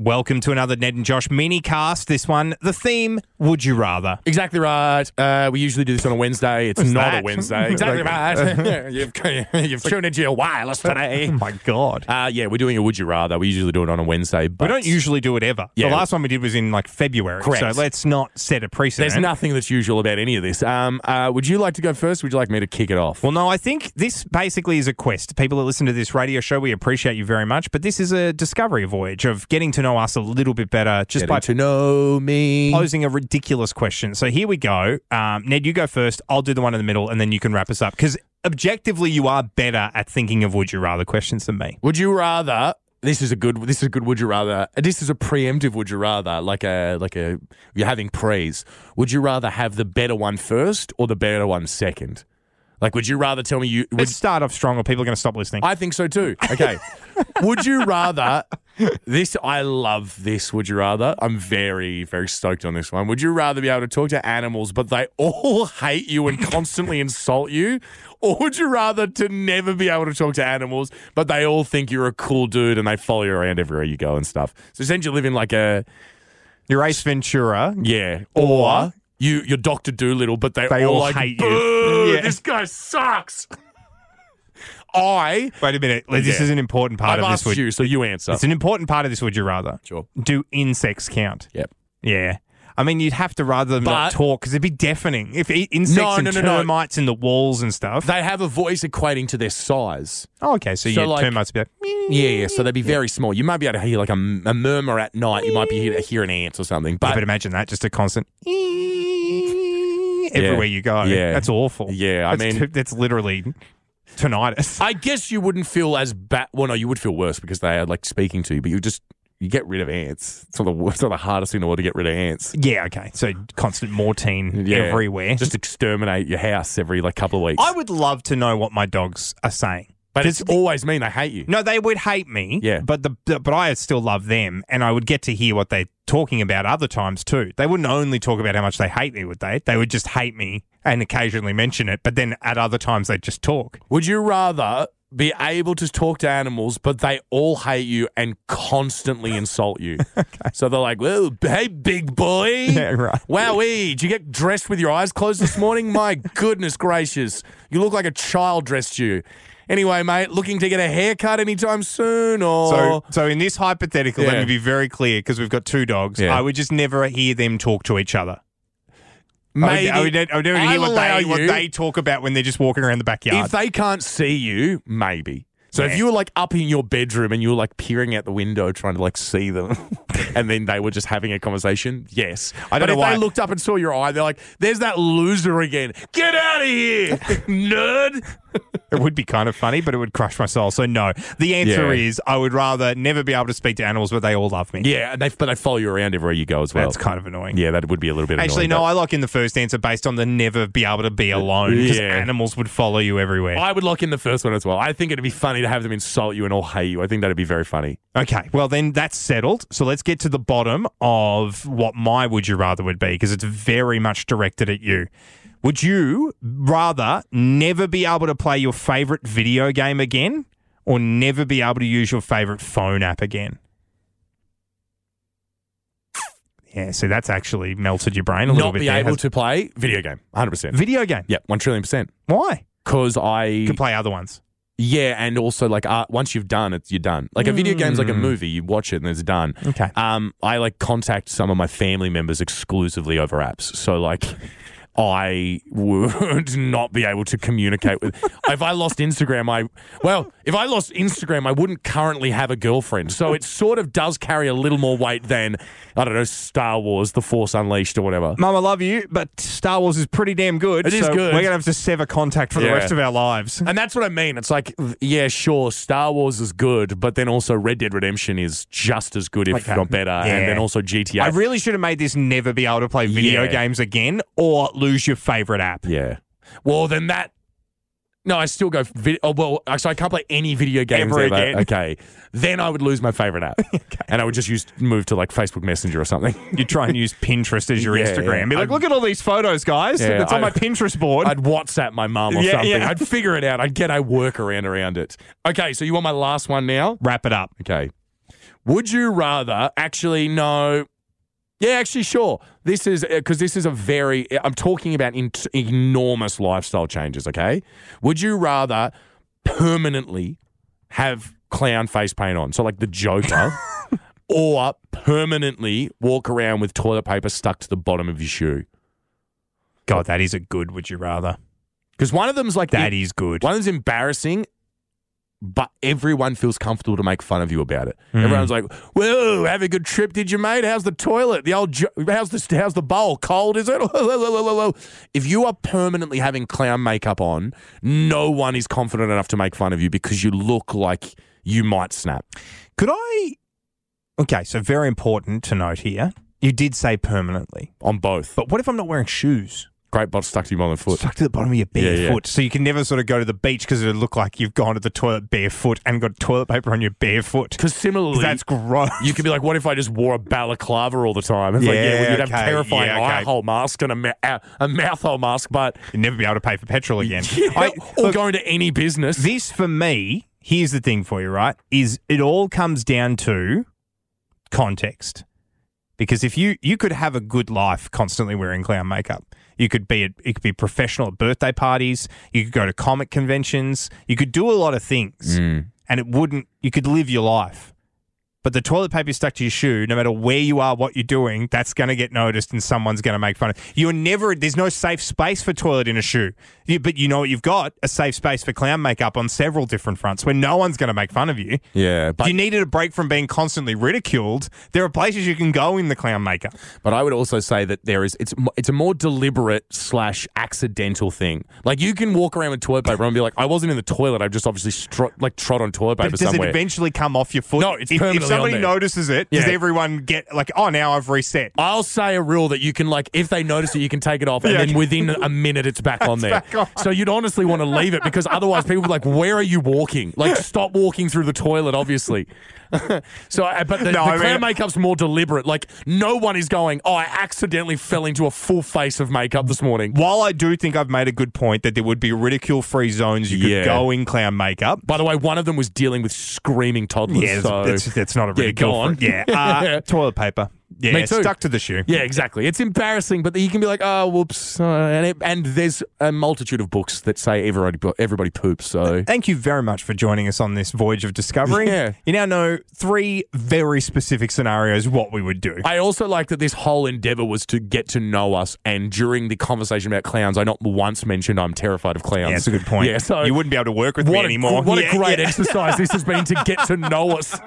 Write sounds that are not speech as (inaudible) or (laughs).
Welcome to another Ned and Josh mini cast. This one, the theme, would you rather? Exactly right. Uh, we usually do this on a Wednesday. It's not that? a (laughs) Wednesday. Exactly right. (laughs) you've you've tuned into your (laughs) wireless today. my God. Uh, yeah, we're doing a Would You Rather. We usually do it on a Wednesday, but we don't usually do it ever. Yeah. The last one we did was in like February. Correct. So let's not set a precedent. there's nothing that's usual about any of this. Um, uh, would you like to go first? Would you like me to kick it off? Well, no, I think this basically is a quest. People that listen to this radio show, we appreciate you very much, but this is a discovery voyage of getting to know us a little bit better just Getting by to know me. posing a ridiculous question. So here we go. Um, Ned, you go first. I'll do the one in the middle, and then you can wrap us up because objectively, you are better at thinking of would you rather questions than me. Would you rather? This is a good. This is a good. Would you rather? This is a preemptive. Would you rather? Like a like a. You're having praise. Would you rather have the better one first or the better one second? Like, would you rather tell me you? Would, Let's start off strong, or people are going to stop listening. I think so too. Okay. (laughs) would you rather? This I love this. Would you rather? I'm very very stoked on this one. Would you rather be able to talk to animals but they all (laughs) hate you and constantly insult you, or would you rather to never be able to talk to animals but they all think you're a cool dude and they follow you around everywhere you go and stuff? So essentially, you live in like a You're Ace Ventura. yeah, or. You, you're Doctor Doolittle, but they, They all, all like, hate you. "Boo, Yeah. This guy sucks. (laughs) I Wait a minute. This Yeah. is an important part I've of this. asked Would you, so you answer. It's an important part of this. Would you rather? Sure. Do insects count? Yep. Yeah. I mean, you'd have to rather them not But- talk because it'd be deafening if i- insects No, and no, no, no. termites in the walls and stuff. They have a voice equating to their size. oh, okay. So, So, yeah, like- termites would be like, Yeah, yeah. So they'd be very small. You might be able to hear like a, m- a murmur at night. You might be able to hear an ant or something. I But but imagine that just a constant everywhere you go. Yeah. That's awful. Yeah, I that's, mean- that's literally tinnitus. (laughs) I guess you wouldn't feel as bad. Well, no, you would feel worse because they are like speaking to you. But you just you get rid of ants. It's not the wor- it's not the hardest thing in the world to get rid of ants. yeah, okay. So constant mortine Yeah. everywhere. Just exterminate your house every like couple of weeks. I would love to know what my dogs are saying. but Does it's always mean they hate you. No, they would hate me. Yeah. But the but I still love them, and I would get to hear what they're talking about other times too. They wouldn't only talk about how much they hate me, would they? They would just hate me and occasionally mention it, but then at other times they'd just (laughs) talk. Would you rather be able to talk to animals, but they all hate you and constantly (laughs) insult you? So they're like, "Well, hey, big boy, Yeah, right. Wowee, did you get dressed with your eyes closed (laughs) this morning? My goodness gracious, you look like a child dressed you." Anyway, mate, looking to get a haircut anytime soon, or So, so in this hypothetical, let Yeah. me be very clear because we've got two dogs. Yeah. I would just never hear them talk to each other. maybe I would, I would, I would never I'll hear what allow they, what you- they talk about when they're just walking around the backyard. If they can't see you, maybe. So Yeah. if you were like up in your bedroom and you were like peering out the window trying to like see them, (laughs) and then they were just having a conversation, yes. I don't but know if why- they looked up and saw your eye, they're like, "There's that loser again. Get out of here, (laughs) nerd." It would be kind of funny, but it would crush my soul. So no, the answer Yeah. is I would rather never be able to speak to animals, but they all love me. Yeah, and they but they follow you around everywhere you go as well. That's kind of annoying. yeah, that would be a little bit Actually, annoying, no, I lock in the first answer based on the never be able to be alone because Yeah. animals would follow you everywhere. but I would lock in the first one as well. I think it'd be funny to have them insult you and all hate you. I think that'd be very funny. Okay, well, then that's settled. So let's get to the bottom of what my would you rather would be because it's very much directed at you. Would you rather never be able to play your favorite video game again or never be able to use your favorite phone app again? Yeah, so that's actually melted your brain a little Not bit be there, able hasn't- to play video game, hundred percent. Video game. Yeah, one trillion percent. Why? Because I You can play other ones. Yeah, and also like uh, once you've done it, you're done. Like a video game's like a movie; you watch it and it's done. Okay. Um, I like contact some of my family members exclusively over apps. So like, I would (laughs) not be able to communicate with. (laughs) if I lost Instagram, I well, if I lost Instagram, I wouldn't currently have a girlfriend. So it sort of does carry a little more weight than I don't know Star Wars: The Force Unleashed or whatever. Mum, I love you, but Star Wars is pretty damn good. It is so good. We're gonna have to sever contact for the Yeah. rest of our lives. And that's what I mean. It's like, yeah, sure, Star Wars is good, but then also Red Dead Redemption is just as good, if Okay. not better. Yeah. And then also GTA. I really should have made this never be able to play video Yeah. games again or lose your favorite app. yeah. Well, then that. No, I still go. Vid- oh, well, actually, I can't play any video games Ever ever. again. Okay, then I would lose my favorite (laughs) app, and I would just use move to like Facebook Messenger or something. You try (laughs) and use Pinterest as your Yeah, Instagram. yeah. Be like, I'd- look at all these photos, guys. Yeah, it's on my I- Pinterest board. I'd WhatsApp my mum or Yeah, something. yeah. I'd figure it out. I'd get a workaround around it. Okay, so you want my last one now? Wrap it up. Okay. Would you rather actually no? Yeah, actually, sure. This is because this is a very. I'm talking about in, enormous lifestyle changes. Okay, would you rather permanently have clown face paint on, so like the Joker, (laughs) or permanently walk around with toilet paper stuck to the bottom of your shoe? God, that is a good. Would you rather? Because one of them's like That the- is good. One is embarrassing, but everyone feels comfortable to make fun of you about it. Mm. Everyone's like, "Whoa, have a good trip, did you, mate? How's the toilet? The old, jo- how's the how's the bowl? Cold is it?" (laughs) if you are permanently having clown makeup on, no one is confident enough to make fun of you because you look like you might snap. Could I? Okay, so very important to note here. You did say permanently, On both, but what if I'm not wearing shoes? great bot stuck to your bottom foot. Stuck to the bottom of your bare Yeah, yeah. foot, so you can never sort of go to the beach because it'd look like you've gone to the toilet barefoot and got toilet paper on your bare foot. Because similarly, That's gross. You could be like, what if I just wore a balaclava all the time? It's like, yeah, Yeah, well, you'd have okay, terrifying yeah, okay. eye hole mask and a, ma- a, a mouth hole mask, but You'd never be able to pay for petrol (laughs) again. I, I- or look, going to any business. this for me, here's the thing for you, right? Is it all comes down to context. Because if you you could have a good life constantly wearing clown makeup. You could be at, you could be professional at birthday parties, you could go to comic conventions, you could do a lot of things and it wouldn't you could live your life. But the toilet paper stuck to your shoe, no matter where you are, what you're doing, that's going to get noticed and someone's going to make fun of you. You're never, there's no safe space for toilet in a shoe. You, but you know what you've got? A safe space for clown makeup on several different fronts where no one's going to make fun of you. yeah, If but, you needed a break from being constantly ridiculed, there are places you can go in the clown makeup. but I would also say that there is it's mo- it's a more deliberate slash accidental thing. Like you can walk around with toilet paper and be like, I wasn't in the toilet. I've just obviously stro- like trod on toilet paper But does somewhere. it eventually come off your foot? No, it's if, if permanently on somebody there. notices it, does Yeah. everyone get like, oh, now I've reset? I'll say a rule that you can like if they notice it, you can take it off, and Yeah. then within a minute (laughs) it's back on there. back on. So you'd honestly want to leave it because otherwise people would be like, "Where are you walking? Like, stop walking through the toilet, obvusly." (laughs) so, uh, but the, the No, I clown mean- makeup's more deliberate. Like, no one is going, "Oh, I accidentally fell into a full face of makeup this morning." While I do think I've made a good point that there would be ridicule free zones you could Yeah. go in clown makeup. By the way, one of them was dealing with screaming toddlers. Yeah, (laughs) so- that's, that's not a Yeah, ridicule. go on. free- (laughs) Yeah, uh, toilet paper. Yeah, Me too. stuck to the shoe. Yeah, exactly. It's embarrassing, but you can be like, oh, whoops. Uh, and, it, and there's a multitude of books that say everybody, everybody poops. So Thank you very much for joining us on this voyage of discovery. Yeah. You now know three very specific scenarios what we would do. I also like that this whole endeavor was to get to know us. And during the conversation about clowns, I not once mentioned I'm terrified of clowns. yeah, that's a good point. Yeah, so you wouldn't be able to work with what me a, anymore. What Yeah, a great yeah. (laughs) exercise this has been to get to know us.